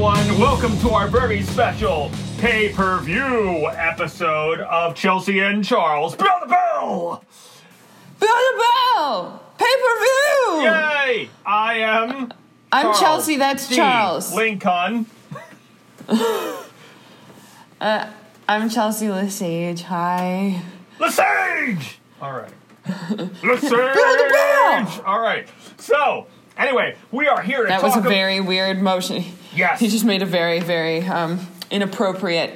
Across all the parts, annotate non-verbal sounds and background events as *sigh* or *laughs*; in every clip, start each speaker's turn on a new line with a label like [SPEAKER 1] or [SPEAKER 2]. [SPEAKER 1] Welcome to our very special pay per view episode of Chelsea and Charles. Bell the bell!
[SPEAKER 2] Bill the Bell! Pay per view!
[SPEAKER 1] Yay! I am
[SPEAKER 2] I'm
[SPEAKER 1] Charles
[SPEAKER 2] Chelsea, that's
[SPEAKER 1] D.
[SPEAKER 2] Charles.
[SPEAKER 1] Lincoln.
[SPEAKER 2] I'm Chelsea Lesage. Hi.
[SPEAKER 1] Lesage! All
[SPEAKER 2] *laughs*
[SPEAKER 1] right.
[SPEAKER 2] the bell!
[SPEAKER 1] Lesage! All right. So, anyway, we are here to
[SPEAKER 2] That
[SPEAKER 1] talk
[SPEAKER 2] was a
[SPEAKER 1] ab-
[SPEAKER 2] very weird motion.
[SPEAKER 1] Yes.
[SPEAKER 2] He just made a very, very um, inappropriate.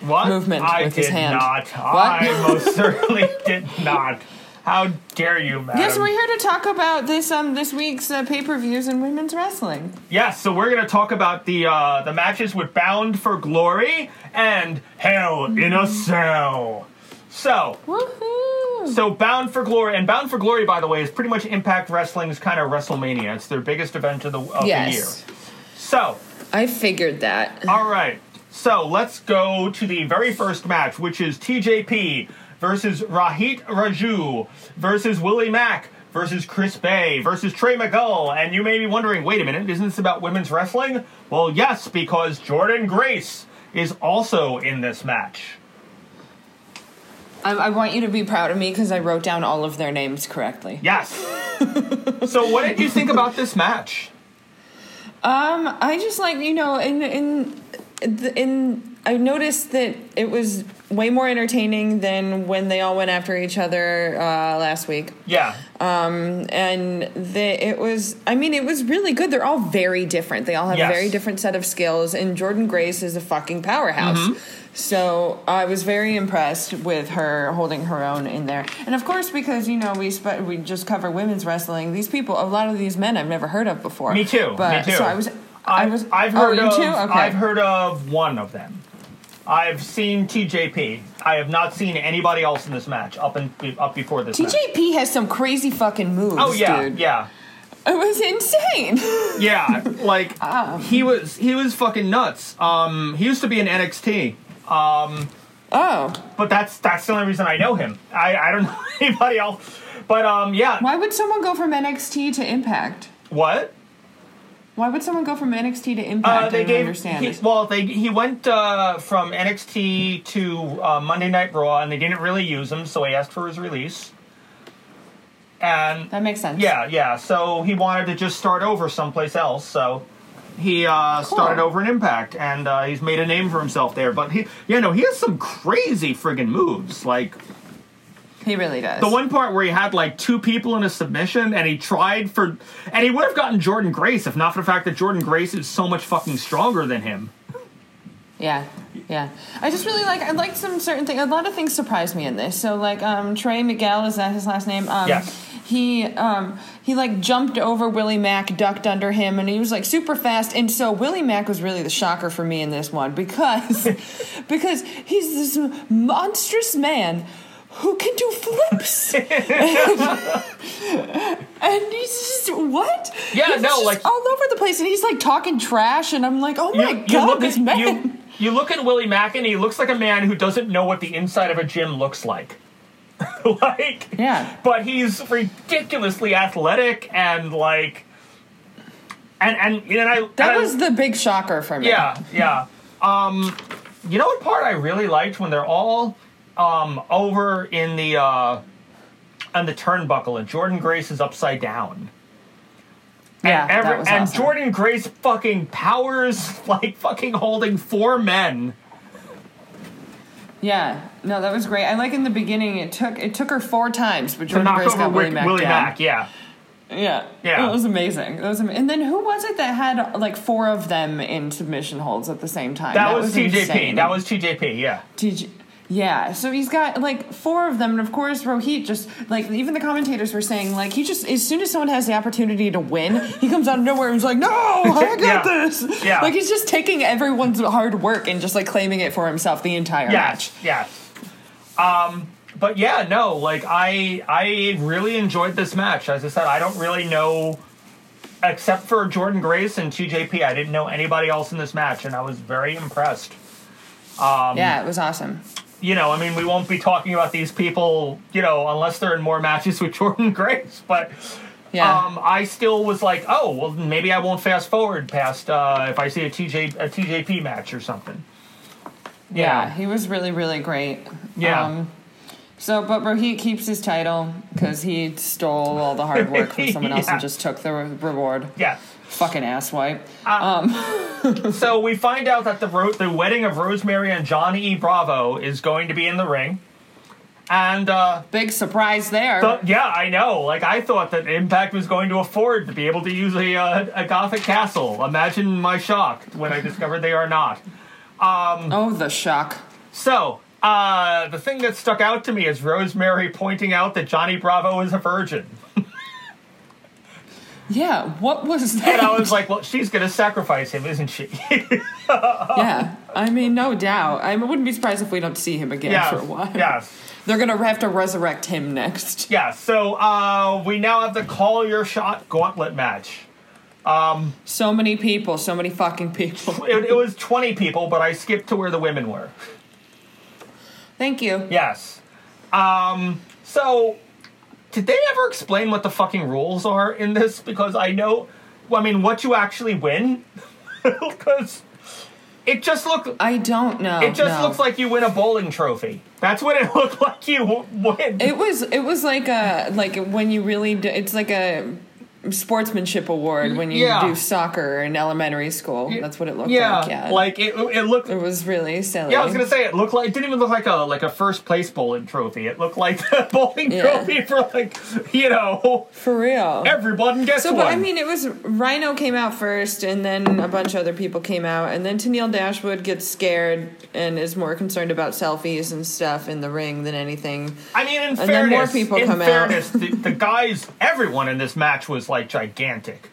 [SPEAKER 1] What?
[SPEAKER 2] movement
[SPEAKER 1] I
[SPEAKER 2] with
[SPEAKER 1] did
[SPEAKER 2] his hand.
[SPEAKER 1] not.
[SPEAKER 2] What?
[SPEAKER 1] I most certainly did not. How dare you, madam?
[SPEAKER 2] Yes, we're here to talk about this um this week's uh, pay per views in women's wrestling.
[SPEAKER 1] Yes, so we're going to talk about the uh, the matches with Bound for Glory and Hell in a Cell. So,
[SPEAKER 2] Woohoo!
[SPEAKER 1] so Bound for Glory and Bound for Glory, by the way, is pretty much Impact Wrestling's kind of WrestleMania. It's their biggest event of the of the
[SPEAKER 2] yes,
[SPEAKER 1] year. So,
[SPEAKER 2] I figured that.
[SPEAKER 1] all right, so let's go to the very first match, which is TJP versus Rahit Raju versus Willie Mack. Versus Chris Bay versus Trey McGull, and you may be wondering, wait a minute, isn't this about women's wrestling? Well, yes, because Jordan Grace is also in this match.
[SPEAKER 2] I, I want you to be proud of me because I wrote down all of their names correctly.
[SPEAKER 1] Yes. so, what did you think about this match?
[SPEAKER 2] Um, I just like you know, in in in I noticed that it was way more entertaining than when they all went after each other uh, last week,
[SPEAKER 1] Yeah.
[SPEAKER 2] and the, it was. I mean, it was really good. They're all very different. They all have
[SPEAKER 1] Yes.
[SPEAKER 2] a very different set of skills, and Jordan Grace is a fucking powerhouse.
[SPEAKER 1] Mm-hmm.
[SPEAKER 2] So I was very impressed with her holding her own in there, and of course, because you know we spe- we just cover women's wrestling. These people, a lot of these men, I've never heard of before.
[SPEAKER 1] Me too.
[SPEAKER 2] But
[SPEAKER 1] me too.
[SPEAKER 2] so I was. I, was.
[SPEAKER 1] I've
[SPEAKER 2] oh,
[SPEAKER 1] heard
[SPEAKER 2] you
[SPEAKER 1] of.
[SPEAKER 2] Too? Okay.
[SPEAKER 1] I've heard of one of them. I've seen TJP. I have not seen anybody else in this match up and up before this. match.
[SPEAKER 2] TJP has some crazy fucking moves.
[SPEAKER 1] Oh yeah,
[SPEAKER 2] dude.
[SPEAKER 1] yeah,
[SPEAKER 2] It was insane. *laughs*
[SPEAKER 1] yeah. Like
[SPEAKER 2] Um.
[SPEAKER 1] he was, he was fucking nuts. Um, he used to be in NXT,
[SPEAKER 2] oh,
[SPEAKER 1] but that's that's the only reason I know him. I I don't *laughs* know anybody else. But um, yeah.
[SPEAKER 2] why would someone go from NXT to Impact?
[SPEAKER 1] What?
[SPEAKER 2] Why would someone go from NXT to Impact?
[SPEAKER 1] Uh,
[SPEAKER 2] I
[SPEAKER 1] they
[SPEAKER 2] don't
[SPEAKER 1] gave
[SPEAKER 2] understand.
[SPEAKER 1] He, well, they he went uh, from NXT to uh, Monday Night Raw, and they didn't really use him, so he asked for his release. And
[SPEAKER 2] that makes sense.
[SPEAKER 1] yeah, yeah. So he wanted to just start over someplace else. So he uh, started over in Impact, and uh, he's made a name for himself there. But he, yeah, no, he has some crazy friggin' moves. Like
[SPEAKER 2] he really does.
[SPEAKER 1] the one part where he had like two people in a submission, and he tried for, and he would have gotten Jordan Grace if not for the fact that Jordan Grace is so much fucking stronger than him.
[SPEAKER 2] Yeah, yeah. I just really like. I like some certain things. A lot of things surprised me in this. So like, um, Trey Miguel is that his last name? Um,
[SPEAKER 1] Yes.
[SPEAKER 2] He um, he like jumped over Willie Mack, ducked under him, and he was like super fast. And so Willie Mack was really the shocker for me in this one because *laughs* because he's this monstrous man who can do flips. *laughs* And he's just what?
[SPEAKER 1] Yeah,
[SPEAKER 2] He's
[SPEAKER 1] no,
[SPEAKER 2] just
[SPEAKER 1] like-
[SPEAKER 2] all over the place, and he's like talking trash, and I'm like, oh my god, this man.
[SPEAKER 1] You, you look at Willie Mack and he looks like a man who doesn't know what the inside of a gym looks like. *laughs* like
[SPEAKER 2] Yeah.
[SPEAKER 1] But he's ridiculously athletic and like and and and I
[SPEAKER 2] That
[SPEAKER 1] and I-
[SPEAKER 2] was the big shocker for me.
[SPEAKER 1] Yeah, yeah. Um you know what part I really liked when they're all um over in the uh on the turnbuckle and Jordan Grace is upside down.
[SPEAKER 2] yeah.
[SPEAKER 1] Every-
[SPEAKER 2] that was
[SPEAKER 1] and
[SPEAKER 2] awesome.
[SPEAKER 1] Jordan Grace fucking powers *laughs* like fucking holding four men.
[SPEAKER 2] Yeah, no, that was great. I like in the beginning, it took it took her four times, but
[SPEAKER 1] to
[SPEAKER 2] Jordan
[SPEAKER 1] knock
[SPEAKER 2] Grace
[SPEAKER 1] over
[SPEAKER 2] got Willie
[SPEAKER 1] Willie,
[SPEAKER 2] Mack
[SPEAKER 1] Willie
[SPEAKER 2] down.
[SPEAKER 1] Mack. Yeah,
[SPEAKER 2] Yeah,
[SPEAKER 1] Yeah.
[SPEAKER 2] that was amazing. That was, am- and then who was it that had like four of them in submission holds at the same time?
[SPEAKER 1] that, was, TJP.
[SPEAKER 2] insane.
[SPEAKER 1] That was TJP. Yeah,
[SPEAKER 2] TJ. Yeah, so he's got like four of them, and of course Rohit just like even the commentators were saying like he just as soon as someone has the opportunity to win, he comes out of nowhere and is like, "No, I
[SPEAKER 1] *laughs* Yeah.
[SPEAKER 2] got this!"
[SPEAKER 1] Yeah.
[SPEAKER 2] like he's just taking everyone's hard work and just like claiming it for himself the entire match.
[SPEAKER 1] yes, yes. Um, but yeah, no, like I, I really enjoyed this match. As I said, I don't really know, except for Jordan Grace and TJP. I didn't know anybody else in this match, and I was very impressed. Um,
[SPEAKER 2] yeah, it was awesome.
[SPEAKER 1] You know, I mean, we *laughs* won't be talking about these people, you know, unless they're in more matches with Jordan Grace. But
[SPEAKER 2] Yeah.
[SPEAKER 1] Um, I still was like, oh, well, maybe I won't fast forward past uh, if I see a TJ a TJP match or something.
[SPEAKER 2] yeah,
[SPEAKER 1] Yeah.
[SPEAKER 2] he was really, really great. Um,
[SPEAKER 1] Yeah.
[SPEAKER 2] so, but Rohit keeps his title because he stole all the hard
[SPEAKER 1] *laughs*
[SPEAKER 2] work from someone else
[SPEAKER 1] Yeah.
[SPEAKER 2] and just took the re- reward.
[SPEAKER 1] Yeah.
[SPEAKER 2] Fucking asswipe.
[SPEAKER 1] Uh, So we find out that the ro- the wedding of Rosemary and Johnny E. Bravo is going to be in the ring, and uh,
[SPEAKER 2] Big surprise there.
[SPEAKER 1] But yeah, I know. Like I thought that Impact was going to afford to be able to use a uh, a Gothic castle. Imagine my shock when I discovered they are not.
[SPEAKER 2] oh, the shock.
[SPEAKER 1] So uh, the thing that stuck out to me is Rosemary pointing out that Johnny Bravo is a virgin,
[SPEAKER 2] Yeah, what was that?
[SPEAKER 1] and I was like, "Well, she's going to sacrifice him, isn't she?" *laughs* "Oh."
[SPEAKER 2] yeah, I mean, no doubt. I wouldn't be surprised if we don't see him again
[SPEAKER 1] yes,
[SPEAKER 2] for a while.
[SPEAKER 1] yes,
[SPEAKER 2] They're gonna have to resurrect him next.
[SPEAKER 1] yeah. So uh, we now have the call your shot gauntlet match.
[SPEAKER 2] So many people, so many fucking people.
[SPEAKER 1] It, it was twenty people, but I skipped to where the women were.
[SPEAKER 2] Thank you.
[SPEAKER 1] Yes. Um, so, did they ever explain what the fucking rules are in this? Because I know, well, I mean, what you actually win? *laughs* Because it just looked,
[SPEAKER 2] I don't know.
[SPEAKER 1] it just
[SPEAKER 2] no.
[SPEAKER 1] looks like you win a bowling trophy. That's what it *laughs* looked like you w- win.
[SPEAKER 2] it was. It was like a like when you really. Do, it's like a sportsmanship award when you
[SPEAKER 1] Yeah.
[SPEAKER 2] do soccer in elementary school. That's what it looked
[SPEAKER 1] yeah,
[SPEAKER 2] like. Yeah,
[SPEAKER 1] like it, it looked.
[SPEAKER 2] it was really silly.
[SPEAKER 1] Yeah, I was gonna say it looked like it didn't even look like a like a first place bowling trophy. It looked like the *laughs* bowling
[SPEAKER 2] Yeah.
[SPEAKER 1] trophy for like you know
[SPEAKER 2] for real.
[SPEAKER 1] everyone gets
[SPEAKER 2] So,
[SPEAKER 1] one.
[SPEAKER 2] but I mean, it was Rhino came out first, and then a bunch of other people came out, and then Tennille Dashwood gets scared and is more concerned about selfies and stuff in the ring than anything.
[SPEAKER 1] I mean, in
[SPEAKER 2] then
[SPEAKER 1] fairness,
[SPEAKER 2] more people
[SPEAKER 1] in
[SPEAKER 2] come out.
[SPEAKER 1] fairness, the, the guys, everyone in this match was like gigantic.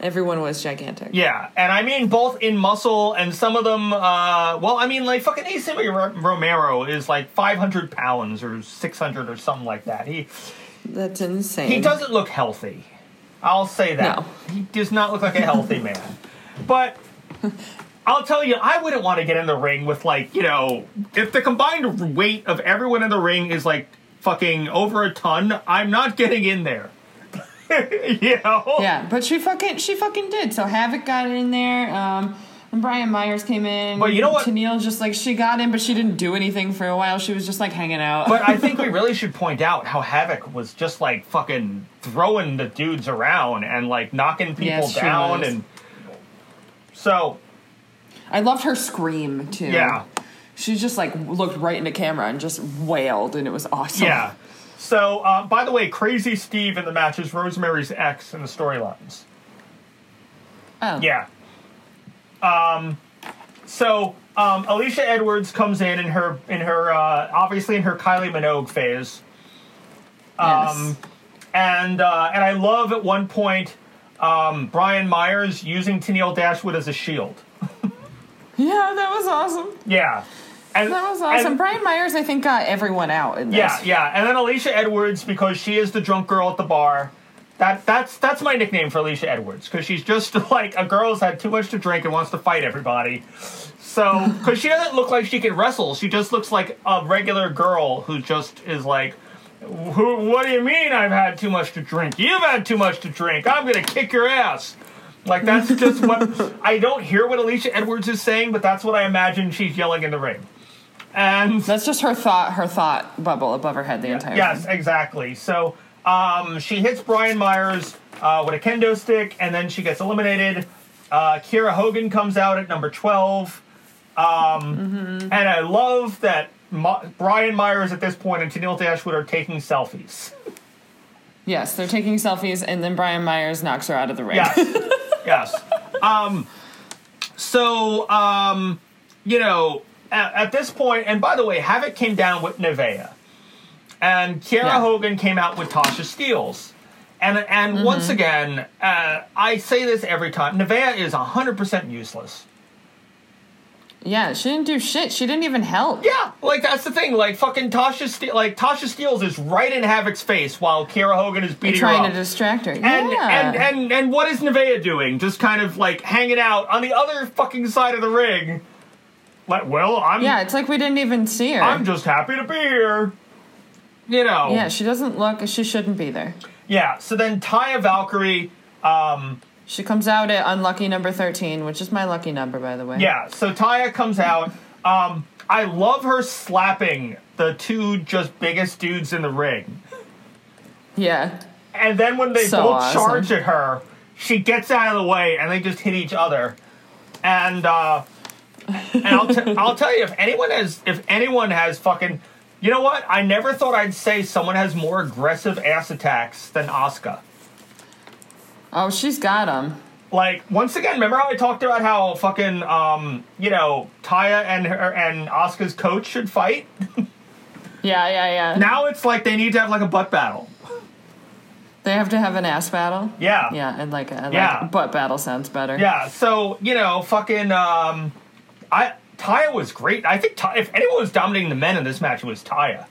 [SPEAKER 2] Everyone was gigantic.
[SPEAKER 1] Yeah, and I mean both in muscle and some of them. Uh, well, I mean, like fucking AC Ro- Romero is like 500 pounds or 600 or something like that. He
[SPEAKER 2] That's insane.
[SPEAKER 1] he doesn't look healthy. I'll say that
[SPEAKER 2] No.
[SPEAKER 1] he does not look like a
[SPEAKER 2] *laughs*
[SPEAKER 1] healthy man. But I'll tell you, I wouldn't want to get in the ring with like you know if the combined weight of everyone in the ring is like fucking over a ton. I'm not getting in there. *laughs* you know?
[SPEAKER 2] Yeah, but she fucking she fucking did. So Havoc got in there. Um, and Brian Myers came in.
[SPEAKER 1] But you know what-
[SPEAKER 2] Tennille just like she got in, but she didn't do anything for a while. She was just like hanging out.
[SPEAKER 1] But I think we really should point out how Havoc was just like fucking throwing the dudes around and like knocking people
[SPEAKER 2] Yes, she
[SPEAKER 1] down
[SPEAKER 2] was.
[SPEAKER 1] and so
[SPEAKER 2] I loved her scream too.
[SPEAKER 1] yeah.
[SPEAKER 2] She just like looked right into camera and just wailed, and it was awesome.
[SPEAKER 1] Yeah. So, uh, by the way, Crazy Steve in the match is Rosemary's ex in the storylines.
[SPEAKER 2] Oh.
[SPEAKER 1] Yeah. Um, so um, Alicia Edwards comes in in her in her uh, obviously in her Kylie Minogue phase,
[SPEAKER 2] Um,
[SPEAKER 1] and uh, and I love at one point um, Brian Myers using Tennille Dashwood as a shield.
[SPEAKER 2] Yeah, that was awesome.
[SPEAKER 1] Yeah. And,
[SPEAKER 2] That was awesome.
[SPEAKER 1] and-
[SPEAKER 2] Brian Myers, I think, got everyone out in this.
[SPEAKER 1] yeah, yeah. And then Alicia Edwards because she is the drunk girl at the bar. That that's that's my nickname for Alicia Edwards because she's just *laughs* like a girl who's had too much to drink and wants to fight everybody. So because she doesn't look like she can wrestle, she just looks like a regular girl who just is like. Who, what do you mean I've had too much to drink? You've had too much to drink. I'm going to kick your ass. Like, that's just what *laughs* I don't hear what Alicia Edwards is saying, but that's what I imagine she's yelling in the ring. And
[SPEAKER 2] That's just her thought, her thought bubble above her head the entire
[SPEAKER 1] Yes,
[SPEAKER 2] time.
[SPEAKER 1] exactly. So um, she hits Brian Myers uh, with a kendo stick, and then she gets eliminated. Uh, Kira Hogan comes out at number 12. Um, And I love that Mo- Brian Myers at this point and Tennille Dashwood are taking selfies.
[SPEAKER 2] Yes, they're taking selfies, and then Brian Myers knocks her out of the ring.
[SPEAKER 1] Yes. yes. Um, so, um, you know, at, at this point, and by the way, Havoc came down with Nevaeh, and Kiara
[SPEAKER 2] Yeah.
[SPEAKER 1] Hogan came out with Tasha Steeles. And, and
[SPEAKER 2] Mm-hmm.
[SPEAKER 1] once again, uh, I say this every time Nevaeh is 100% useless.
[SPEAKER 2] Yeah, she didn't do shit. She didn't even help.
[SPEAKER 1] Yeah, like that's the thing. Like fucking Tasha, Ste- like Tasha Steeles is right in Havoc's face while Kiara Hogan is beating her
[SPEAKER 2] Trying
[SPEAKER 1] up.
[SPEAKER 2] to distract her.
[SPEAKER 1] And,
[SPEAKER 2] yeah.
[SPEAKER 1] and and and what is Nevaeh doing? Just kind of like hanging out on the other fucking side of the ring. Like, well, I'm
[SPEAKER 2] yeah, it's like we didn't even see her.
[SPEAKER 1] I'm just happy to be here. You know.
[SPEAKER 2] yeah, she doesn't look. She shouldn't be there.
[SPEAKER 1] Yeah. So then Taya Valkyrie. Um,
[SPEAKER 2] She comes out at unlucky number 13, which is my lucky number, by the way.
[SPEAKER 1] yeah. So Taya comes out. Um, I love her slapping the two just biggest dudes in the ring.
[SPEAKER 2] Yeah.
[SPEAKER 1] And then when they
[SPEAKER 2] So
[SPEAKER 1] both
[SPEAKER 2] awesome.
[SPEAKER 1] charge at her, she gets out of the way and they just hit each other. And uh, and I'll, t- I'll tell you if anyone has if anyone has fucking you know what I never thought I'd say someone has more aggressive ass attacks than Asuka.
[SPEAKER 2] Oh, she's got them.
[SPEAKER 1] Like once again, remember how I talked about how fucking um, you know Taya and her and Asuka's coach should fight?
[SPEAKER 2] Yeah, yeah, yeah.
[SPEAKER 1] Now it's like they need to have like a butt battle.
[SPEAKER 2] they have to have an ass battle.
[SPEAKER 1] Yeah.
[SPEAKER 2] Yeah, and like, and
[SPEAKER 1] Yeah.
[SPEAKER 2] like butt battle sounds better.
[SPEAKER 1] Yeah, so you know, fucking, um, I Taya was great. I think Ty, if anyone was dominating the men in this match, it was Taya.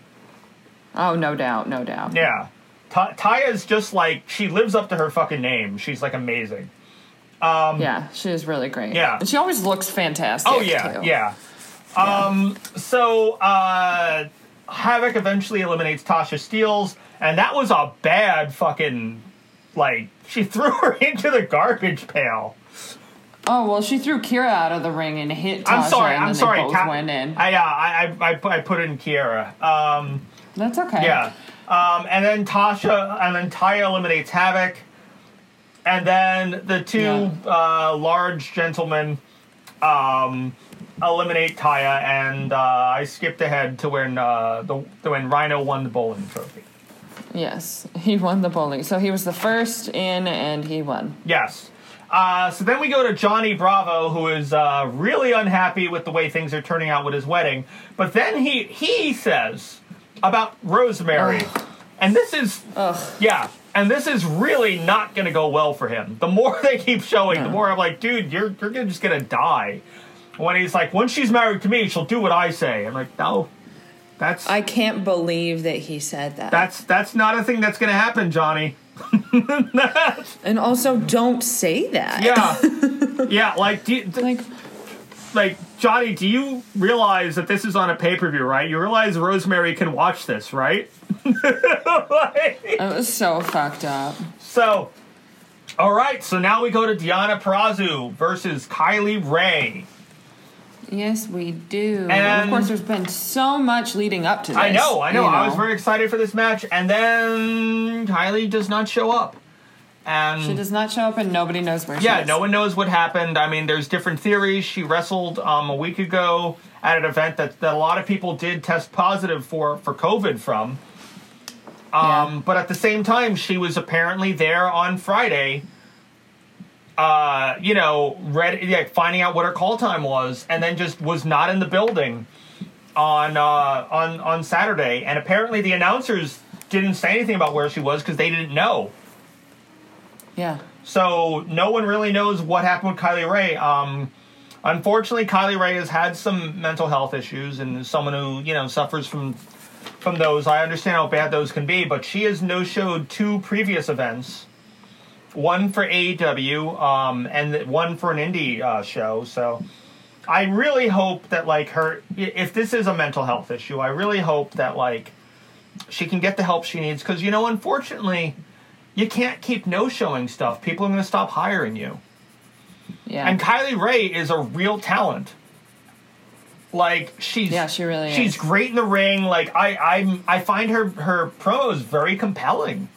[SPEAKER 2] Oh, no doubt, no doubt.
[SPEAKER 1] Yeah, Ty, Taya's just like she lives up to her fucking name. She's like amazing.
[SPEAKER 2] Yeah, she is really great.
[SPEAKER 1] Um, Yeah.
[SPEAKER 2] And she always looks fantastic.
[SPEAKER 1] Oh yeah,
[SPEAKER 2] too.
[SPEAKER 1] yeah. Um, so uh, Havoc eventually eliminates Tasha Steeles, and that was a bad fucking like she *laughs* threw her into the garbage pail.
[SPEAKER 2] Oh well, she threw Kira out of the ring and hit. Tasha,
[SPEAKER 1] I'm sorry.
[SPEAKER 2] And
[SPEAKER 1] I'm
[SPEAKER 2] then
[SPEAKER 1] sorry.
[SPEAKER 2] They both
[SPEAKER 1] Ka-
[SPEAKER 2] went in.
[SPEAKER 1] I, uh, I I I put- I put in Kiera. Um.
[SPEAKER 2] That's okay.
[SPEAKER 1] Yeah. Um, and then Tasha and then Taya eliminates Havoc. And then the two
[SPEAKER 2] Yeah.
[SPEAKER 1] uh, large gentlemen um, eliminate Taya, and uh, I skipped ahead to when uh, the to when Rhino won the bowling trophy.
[SPEAKER 2] Yes, *laughs* he won the bowling, so he was the first in, and he won.
[SPEAKER 1] Yes. Uh, so then we go to Johnny Bravo, who is uh, really unhappy with the way things are turning out with his wedding. But then he he says about Rosemary, and this is yeah, and this is really not going to go well for him. The more *laughs* they keep showing, the more I'm like, dude, you're you're gonna just gonna die. When he's like, once she's married to me, she'll do what I say. I'm like, no, that's
[SPEAKER 2] I can't believe that he said that.
[SPEAKER 1] that's that's not a thing that's gonna happen, Johnny.
[SPEAKER 2] and also, don't say that.
[SPEAKER 1] Yeah, yeah, like do you,
[SPEAKER 2] *laughs* Like,
[SPEAKER 1] like Johnny, do you realize that this is on a pay per view, right? You realize Rosemary can watch this, right? Like-
[SPEAKER 2] it was so fucked up.
[SPEAKER 1] so, all right. So now we go to Diana Prazu versus Kylie Ray.
[SPEAKER 2] Yes, we do.
[SPEAKER 1] And-
[SPEAKER 2] And of course, there's been so much leading up to this.
[SPEAKER 1] I know, I know.
[SPEAKER 2] you
[SPEAKER 1] I was very excited for this match, and then Kylie does not show up. And
[SPEAKER 2] She does not show up, and nobody knows where.
[SPEAKER 1] Yeah,
[SPEAKER 2] she is.
[SPEAKER 1] no one knows what happened. I mean, there's different theories. She wrestled um, a week ago at an event that, that a lot of people did test positive for for COVID from. Um,
[SPEAKER 2] Yeah.
[SPEAKER 1] But at the same time, she was apparently there on Friday. Uh, you know, read like finding out what her call time was, and then just was not in the building on uh, on on Saturday. And apparently, the announcers didn't say anything about where she was because they didn't know.
[SPEAKER 2] Yeah.
[SPEAKER 1] So no one really knows what happened with Kylie Ray. Um, unfortunately, Kylie Ray has had some mental health issues and is someone who you know suffers from from those. I understand how bad those can be, but she has no showed two previous events, one for AEW um, and th- one for an indie uh, show. So I really hope that like her, i- if this is a mental health issue, I really hope that like she can get the help she needs because you know unfortunately you can't keep no showing stuff. People are going to stop hiring you.
[SPEAKER 2] Yeah.
[SPEAKER 1] And Kylie Ray is a real talent. Like she's
[SPEAKER 2] Yeah, she really
[SPEAKER 1] she's
[SPEAKER 2] is.
[SPEAKER 1] great in the ring. Like I I I find her her promos very compelling.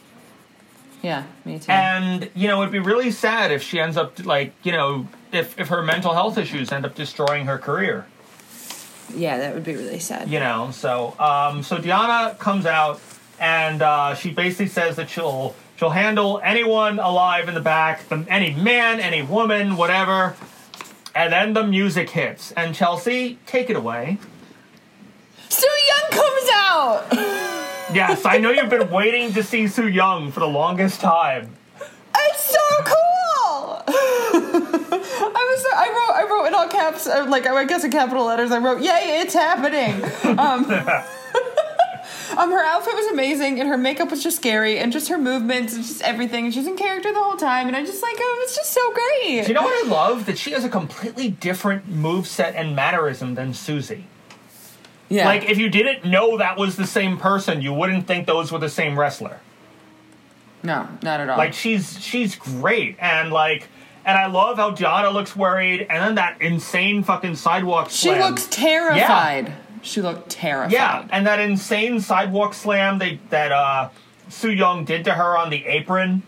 [SPEAKER 2] yeah. Me too.
[SPEAKER 1] And you know, it'd be really sad if she ends up like, you know, if if her mental health issues end up destroying her career.
[SPEAKER 2] yeah, that would be really sad.
[SPEAKER 1] you know so um so diana comes out and uh she basically says that she'll she'll handle anyone alive in the back the, any man any woman whatever and then the music hits and chelsea take it away
[SPEAKER 2] Sue Young comes
[SPEAKER 1] *laughs*
[SPEAKER 2] out.
[SPEAKER 1] yes i know you've been waiting to see sue young for the longest time
[SPEAKER 2] It's so cool. *laughs* I was so, I wrote I wrote in all caps uh, like I guess in capital letters I wrote yay it's
[SPEAKER 1] *laughs*
[SPEAKER 2] happening. Um, *laughs* um her outfit was amazing and her makeup was just scary and just her movements and just everything and she was in character the whole time and I just like oh, it was just so great.
[SPEAKER 1] do you know what i love that she has a completely different move set and mannerism than susie
[SPEAKER 2] yeah.
[SPEAKER 1] like if you didn't know that was the same person you wouldn't think those were the same wrestler
[SPEAKER 2] No, not at all.
[SPEAKER 1] Like she's she's great, and like, and I love how Giada looks worried, and then that insane fucking sidewalk.
[SPEAKER 2] she
[SPEAKER 1] slam.
[SPEAKER 2] looks terrified. She looked terrified.
[SPEAKER 1] Yeah, and that insane sidewalk slam they that uh, Su Young did to her on the apron.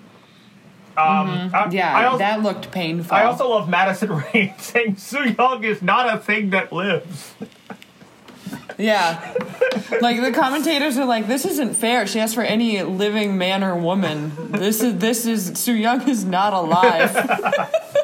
[SPEAKER 1] Um, I,
[SPEAKER 2] Mm-hmm. yeah.
[SPEAKER 1] I also,
[SPEAKER 2] that looked painful.
[SPEAKER 1] I also love Madison *laughs* Rain saying Su Young is not a thing that lives. *laughs*
[SPEAKER 2] Yeah. like the commentators are like, this isn't fair. She asked for any living man or woman. This is this is Su Young is not alive. *laughs*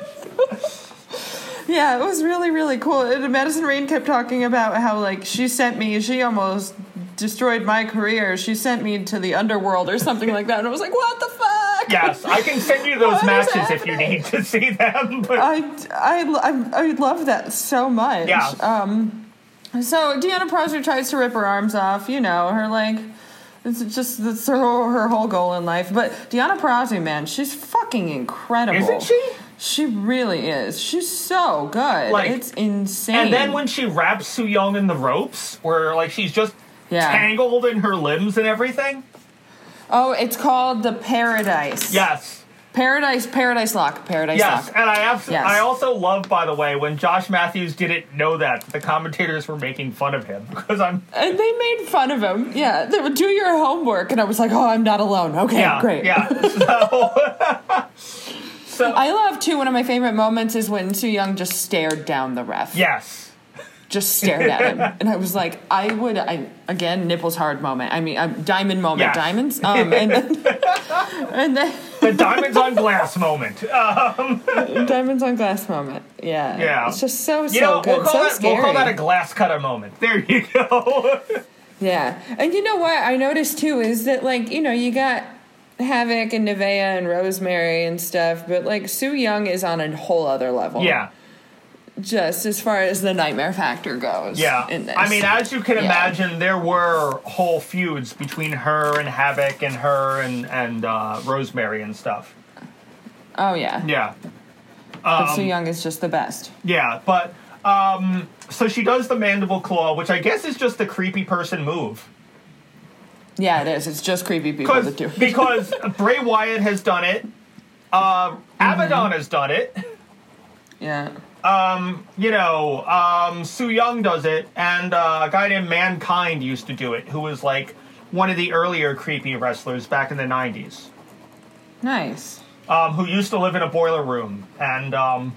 [SPEAKER 2] yeah, it was really really cool. And Madison Rain kept talking about how like she sent me, she almost destroyed my career. She sent me to the underworld or something like that. And I was like, what the fuck?
[SPEAKER 1] Yes, I can send you those
[SPEAKER 2] *laughs* What is
[SPEAKER 1] matches if you
[SPEAKER 2] happening? Uh,
[SPEAKER 1] need to see them. But
[SPEAKER 2] I, I, I, I love that so much.
[SPEAKER 1] Yeah.
[SPEAKER 2] Um, so Deanna Prosser tries to rip her arms off. You know, her like, it's just that's her whole, her whole goal in life. But Deanna Prosser, man, she's fucking incredible.
[SPEAKER 1] Isn't she?
[SPEAKER 2] She really is. She's so good.
[SPEAKER 1] Like-
[SPEAKER 2] it's insane.
[SPEAKER 1] and then when she wraps Su Young in the ropes, where like she's just
[SPEAKER 2] Yeah.
[SPEAKER 1] tangled in her limbs and everything.
[SPEAKER 2] oh, it's called the Paradise.
[SPEAKER 1] Yes.
[SPEAKER 2] Paradise, Paradise Lock, Paradise
[SPEAKER 1] Yes,
[SPEAKER 2] Lock.
[SPEAKER 1] and I abs-
[SPEAKER 2] Yes.
[SPEAKER 1] I also love, by the way, when Josh Matthews didn't know that the commentators were making fun of him *laughs* because I'm
[SPEAKER 2] And they made fun of him. Yeah, they would do your homework, and I was like, oh, I'm not alone. Okay,
[SPEAKER 1] yeah
[SPEAKER 2] great.
[SPEAKER 1] yeah
[SPEAKER 2] *laughs*
[SPEAKER 1] so so
[SPEAKER 2] I love too. One of my favorite moments is when Su Young just stared down the ref.
[SPEAKER 1] yes
[SPEAKER 2] just stared
[SPEAKER 1] *laughs*
[SPEAKER 2] at him, and I was like, I would. I again nipples hard moment. I mean, uh, diamond moment.
[SPEAKER 1] Yeah.
[SPEAKER 2] Diamonds. Um,
[SPEAKER 1] *laughs*
[SPEAKER 2] and then, and then
[SPEAKER 1] the diamonds on glass moment uh,
[SPEAKER 2] diamonds on glass moment. Yeah.
[SPEAKER 1] Yeah.
[SPEAKER 2] It's just so so
[SPEAKER 1] you know
[SPEAKER 2] good.
[SPEAKER 1] we'll call
[SPEAKER 2] so
[SPEAKER 1] that
[SPEAKER 2] scary.
[SPEAKER 1] we'll call that a glass cutter moment there you go *laughs*
[SPEAKER 2] Yeah. And you know what I noticed too is that like, you know, you got Havoc and Nevaeh and Rosemary and stuff, but like Sue Young is on a whole other level.
[SPEAKER 1] yeah
[SPEAKER 2] Just as far as the nightmare factor goes.
[SPEAKER 1] yeah
[SPEAKER 2] In this.
[SPEAKER 1] I mean as you can
[SPEAKER 2] Yeah.
[SPEAKER 1] imagine there were whole feuds between her and Havoc and her and and uh, Rosemary and stuff
[SPEAKER 2] Oh yeah.
[SPEAKER 1] yeah
[SPEAKER 2] But
[SPEAKER 1] Um,
[SPEAKER 2] Sue Young is just the best.
[SPEAKER 1] yeah but um so she does the mandible claw which I guess is just the creepy person move.
[SPEAKER 2] Yeah, it is. It's just creepy people
[SPEAKER 1] because
[SPEAKER 2] that do. *laughs* it.
[SPEAKER 1] because Bray Wyatt has done it, uh,
[SPEAKER 2] Mm-hmm.
[SPEAKER 1] Abaddon has done it,
[SPEAKER 2] Yeah.
[SPEAKER 1] you know, um, Su Young does it, and uh, a guy named Mankind used to do it, who was like one of the earlier creepy wrestlers back in the '90s,
[SPEAKER 2] Nice.
[SPEAKER 1] um, who used to live in a boiler room and um,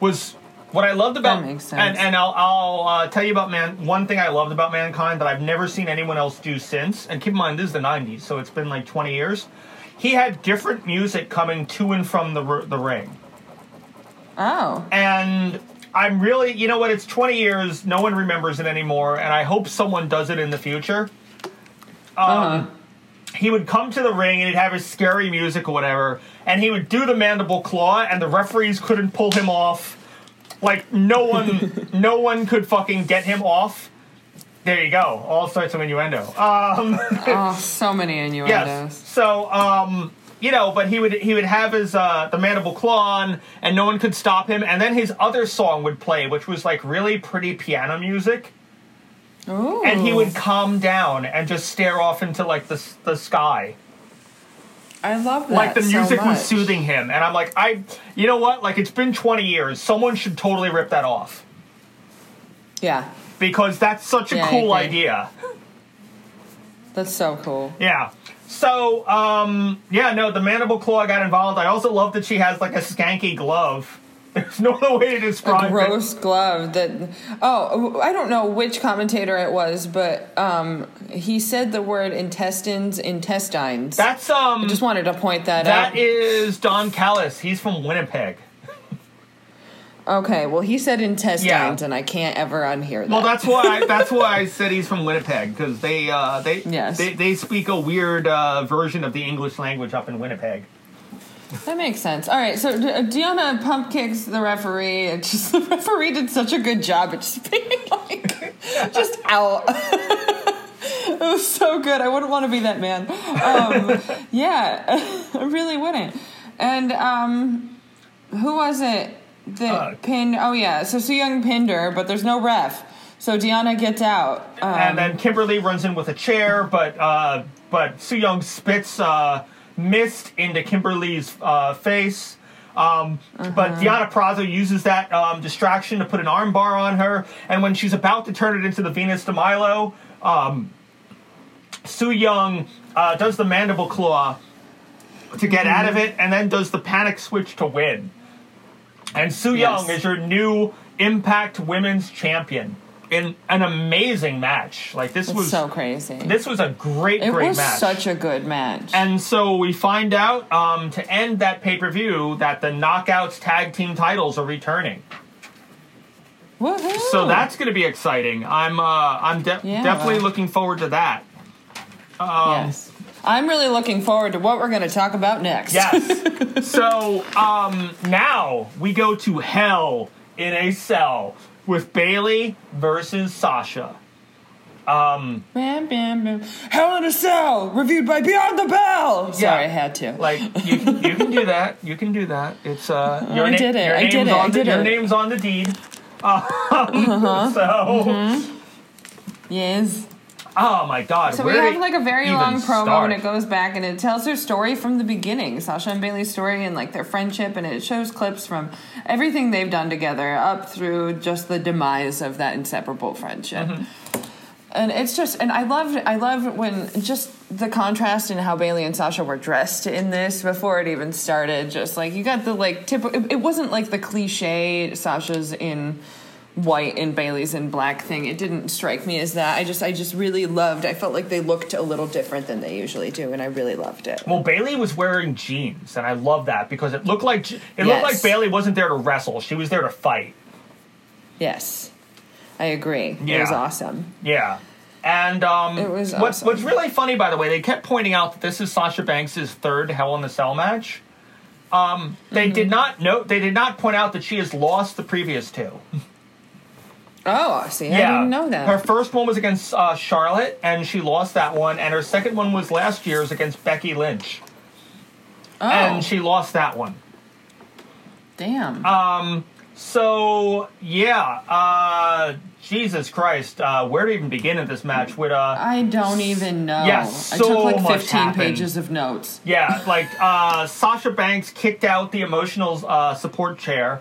[SPEAKER 1] was. What I loved about
[SPEAKER 2] makes sense.
[SPEAKER 1] and and I'll, I'll uh, tell you about man one thing I loved about mankind that I've never seen anyone else do since. And keep in mind this is the '90s, so it's been like 20 years. He had different music coming to and from the r- the ring.
[SPEAKER 2] Oh.
[SPEAKER 1] and I'm really, you know what? It's 20 years. No one remembers it anymore, and I hope someone does it in the future. Um, He would come to the ring and he'd have his scary music or whatever, and he would do the mandible claw, and the referees couldn't pull him off. Like no one, no one could fucking get him off. There you go. All sorts of innuendo. Um,
[SPEAKER 2] Oh, so many innuendos.
[SPEAKER 1] Yes. So, um, you know, but he would he would have his uh, the mandible claw on, and no one could stop him. And then his other song would play, which was like really pretty piano music,
[SPEAKER 2] Ooh.
[SPEAKER 1] and he would calm down and just stare off into like the s- the sky.
[SPEAKER 2] I love that.
[SPEAKER 1] Like the
[SPEAKER 2] so
[SPEAKER 1] music
[SPEAKER 2] much.
[SPEAKER 1] was soothing him, and I'm like, I, you know what? Like it's been 20 years. Someone should totally rip that off
[SPEAKER 2] Yeah.
[SPEAKER 1] because that's such a
[SPEAKER 2] Yeah, I
[SPEAKER 1] cool
[SPEAKER 2] agree.
[SPEAKER 1] idea.
[SPEAKER 2] That's so cool.
[SPEAKER 1] Yeah. So, um, yeah, no, the mandible claw got involved. I also love that she has like a skanky glove. *laughs* There's no other way to describe
[SPEAKER 2] a gross glove that oh i don't know which commentator it was but um he said the word intestines intestines
[SPEAKER 1] it. That's um
[SPEAKER 2] just wanted to point that,
[SPEAKER 1] that
[SPEAKER 2] out
[SPEAKER 1] is Don Callis. He's from Winnipeg.
[SPEAKER 2] okay well he said intestines
[SPEAKER 1] Yeah.
[SPEAKER 2] and i can't ever unhear that
[SPEAKER 1] Well, that's
[SPEAKER 2] *laughs*
[SPEAKER 1] why that's why I said he's from Winnipeg because they uh they
[SPEAKER 2] Yes.
[SPEAKER 1] they they speak a weird uh, version of the English language up in Winnipeg.
[SPEAKER 2] that makes sense all right so D- uh, deanna pump kicks the referee *laughs* and just the referee did such a good job at just being *laughs* like just out *laughs* it was so good i wouldn't want to be that man
[SPEAKER 1] *laughs*
[SPEAKER 2] um, yeah *laughs* i really wouldn't and um who was it that
[SPEAKER 1] Uh,
[SPEAKER 2] pinned? Oh yeah, so Su Young pinned her, but there's no ref, so Deanna gets out. Um,
[SPEAKER 1] and then Kimberly runs in with a chair, but uh, but Su Young spits uh, mist into Kimberly's uh, face. Um, But
[SPEAKER 2] Uh-huh.
[SPEAKER 1] Deanna Prazo uses that um, distraction to put an armbar on her, and when she's about to turn it into the Venus de Milo, um, Sue Young uh, does the mandible claw to get
[SPEAKER 2] Mm-hmm.
[SPEAKER 1] out of it, and then does the panic switch to win. And Sue
[SPEAKER 2] Yes.
[SPEAKER 1] Young is your new Impact Women's Champion in an amazing match. Like this was
[SPEAKER 2] so crazy.
[SPEAKER 1] this was a great,
[SPEAKER 2] it
[SPEAKER 1] great
[SPEAKER 2] was
[SPEAKER 1] match.
[SPEAKER 2] such a good match.
[SPEAKER 1] and so we find out um, to end that pay per view that the Knockouts tag team titles are returning.
[SPEAKER 2] Woohoo!
[SPEAKER 1] So that's going to be exciting. I'm uh, I'm de-
[SPEAKER 2] Yeah.
[SPEAKER 1] definitely looking forward to that.
[SPEAKER 2] yes. I'm really looking forward to what we're going to talk about next.
[SPEAKER 1] Yes. so um, now we go to hell in a cell with Bailey versus Sasha.
[SPEAKER 2] *laughs* Bam, bam, bam. Hell in a Cell, reviewed by Beyond the Bell. Sorry, I had to.
[SPEAKER 1] Like you, you can do that. You can do that. It's uh.
[SPEAKER 2] *laughs*
[SPEAKER 1] Your
[SPEAKER 2] I did it.
[SPEAKER 1] Your
[SPEAKER 2] I did
[SPEAKER 1] name's
[SPEAKER 2] it.
[SPEAKER 1] On
[SPEAKER 2] I
[SPEAKER 1] the,
[SPEAKER 2] did
[SPEAKER 1] your
[SPEAKER 2] it. Uh-huh.
[SPEAKER 1] name's on the deed. Um, *laughs* So,
[SPEAKER 2] Mm-hmm. yes.
[SPEAKER 1] oh my god.
[SPEAKER 2] So
[SPEAKER 1] where
[SPEAKER 2] we
[SPEAKER 1] do
[SPEAKER 2] have
[SPEAKER 1] they
[SPEAKER 2] like a very
[SPEAKER 1] even
[SPEAKER 2] long promo,
[SPEAKER 1] start?
[SPEAKER 2] and it goes back and it tells their story from the beginning, Sasha and Bailey's story, and like their friendship, and it shows clips from everything they've done together up through just the demise of that inseparable friendship.
[SPEAKER 1] Mm-hmm.
[SPEAKER 2] And it's just, and I loved, I loved when just the contrast in how Bailey and Sasha were dressed in this before it even started. Just like you got the like typical, it, it wasn't like the cliche Sasha's in white and Bailey's in black thing. It didn't strike me as that. I just, I just really loved. I felt like they looked a little different than they usually do, and I really loved it.
[SPEAKER 1] Well, Bailey was wearing jeans, and I love that because it looked like it looked
[SPEAKER 2] Yes.
[SPEAKER 1] like Bailey wasn't there to wrestle; she was there to fight.
[SPEAKER 2] Yes, I agree. It was
[SPEAKER 1] Yeah.
[SPEAKER 2] awesome.
[SPEAKER 1] Yeah. And um,
[SPEAKER 2] It was
[SPEAKER 1] what,
[SPEAKER 2] awesome.
[SPEAKER 1] what's really funny, by the way, they kept pointing out that this is Sasha Banks' third Hell in a Cell match. Um, they
[SPEAKER 2] Mm-hmm.
[SPEAKER 1] did not note. They did not point out that she has lost the previous two.
[SPEAKER 2] Oh, see, I didn't know that.
[SPEAKER 1] Her first one was against uh, Charlotte, and she lost that one. And her second one was last year's against Becky Lynch,
[SPEAKER 2] oh,
[SPEAKER 1] and she Uh, lost that one.
[SPEAKER 2] damn.
[SPEAKER 1] So yeah, uh, Jesus Christ, uh, where to even begin at this match with uh,
[SPEAKER 2] I don't even know.
[SPEAKER 1] Yeah,
[SPEAKER 2] I
[SPEAKER 1] so
[SPEAKER 2] took like
[SPEAKER 1] much
[SPEAKER 2] 15
[SPEAKER 1] happened.
[SPEAKER 2] pages of notes.
[SPEAKER 1] Yeah, like uh, Sasha Banks kicked out the emotional uh, support chair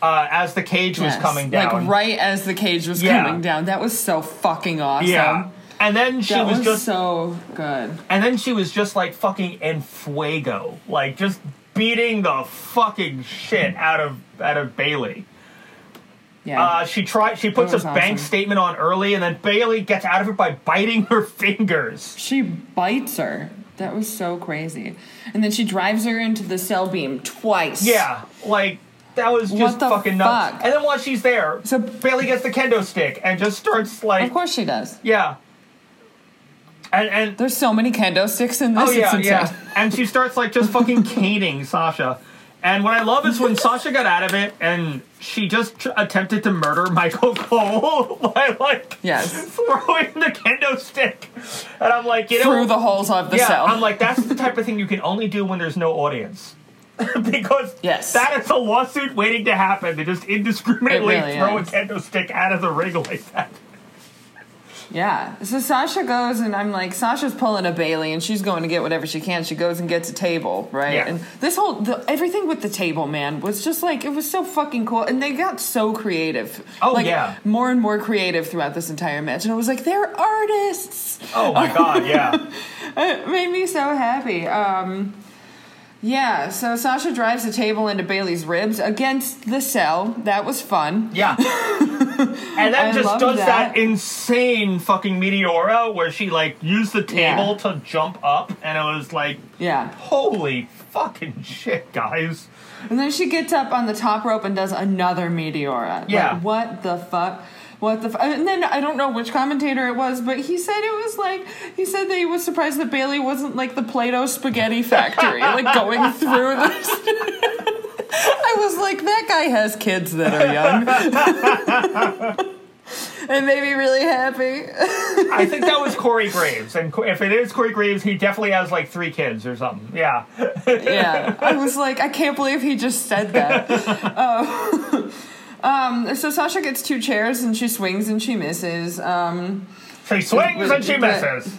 [SPEAKER 1] uh, as the cage was
[SPEAKER 2] Yes,
[SPEAKER 1] coming down.
[SPEAKER 2] Like right as the cage was
[SPEAKER 1] Yeah.
[SPEAKER 2] coming down. That was so fucking awesome.
[SPEAKER 1] Yeah. And then she
[SPEAKER 2] That
[SPEAKER 1] was,
[SPEAKER 2] was,
[SPEAKER 1] just
[SPEAKER 2] so good.
[SPEAKER 1] and then she was just like fucking en fuego, like just beating the fucking shit out of out of Bailey.
[SPEAKER 2] Yeah.
[SPEAKER 1] Uh, she tried. She puts a
[SPEAKER 2] was
[SPEAKER 1] bank
[SPEAKER 2] awesome.
[SPEAKER 1] statement on early, and then Bailey gets out of it by biting her *laughs* fingers.
[SPEAKER 2] she bites her. That was so crazy. And then she drives her into the cell beam twice.
[SPEAKER 1] Yeah, like that was just
[SPEAKER 2] What the
[SPEAKER 1] fucking nuts.
[SPEAKER 2] fuck?
[SPEAKER 1] And then while she's there, so
[SPEAKER 2] So-
[SPEAKER 1] Bailey gets the kendo stick and just starts like
[SPEAKER 2] Of course she does.
[SPEAKER 1] Yeah. And and
[SPEAKER 2] There's so many kendo sticks in this.
[SPEAKER 1] oh yeah,
[SPEAKER 2] it's
[SPEAKER 1] yeah.
[SPEAKER 2] insane.
[SPEAKER 1] And she starts like just
[SPEAKER 2] *laughs*
[SPEAKER 1] fucking caning Sasha. And what I love is when Sasha got out of it and she just tr- attempted to murder Michael *laughs* Cole by like
[SPEAKER 2] Yes.
[SPEAKER 1] throwing the kendo stick. And I'm like, you know,
[SPEAKER 2] Through the holes of the
[SPEAKER 1] yeah,
[SPEAKER 2] cell.
[SPEAKER 1] I'm like, that's the type of thing you can only do when there's no audience. *laughs* because
[SPEAKER 2] Yes.
[SPEAKER 1] that is a lawsuit waiting to happen to just indiscriminately
[SPEAKER 2] It really
[SPEAKER 1] throw
[SPEAKER 2] is.
[SPEAKER 1] a kendo stick out of the ring like that.
[SPEAKER 2] Yeah. So Sasha goes, and I'm like, Sasha's pulling a Bailey, and she's going to get whatever she can. She goes and gets a table, right?
[SPEAKER 1] Yeah.
[SPEAKER 2] And this whole the, everything with the table, man, was just like it was so fucking cool, and they got so creative.
[SPEAKER 1] Oh,
[SPEAKER 2] like,
[SPEAKER 1] yeah.
[SPEAKER 2] More and more creative throughout this entire match, and I was like, they're artists.
[SPEAKER 1] Oh
[SPEAKER 2] *laughs*
[SPEAKER 1] my god, yeah.
[SPEAKER 2] It made me so happy. Um, yeah. So Sasha drives the table into Bailey's ribs against the cell. That was fun. *laughs*
[SPEAKER 1] Yeah. and
[SPEAKER 2] I
[SPEAKER 1] then just
[SPEAKER 2] love
[SPEAKER 1] does that.
[SPEAKER 2] that.
[SPEAKER 1] insane fucking meteora where she like used the
[SPEAKER 2] Yeah.
[SPEAKER 1] table to jump up and it was like
[SPEAKER 2] Yeah.
[SPEAKER 1] holy fucking shit guys.
[SPEAKER 2] And then she gets up on the top rope and does another meteora.
[SPEAKER 1] Yeah.
[SPEAKER 2] Like, what the fuck? What the fu- And then I don't know which commentator it was, but he said it was like, he said that he was surprised that Bailey wasn't like the Play Doh spaghetti factory, like going through this. *laughs* I was like, that guy has kids that are young. *laughs* it made me really happy.
[SPEAKER 1] I think that was Corey Graves and Co- if it is Corey Graves he definitely has like three kids or something. Yeah.
[SPEAKER 2] yeah. I was like, I can't believe he just said that. um, *laughs* um, so Sasha gets two chairs and she swings and she misses. Um,
[SPEAKER 1] She swings and she
[SPEAKER 2] but-
[SPEAKER 1] misses.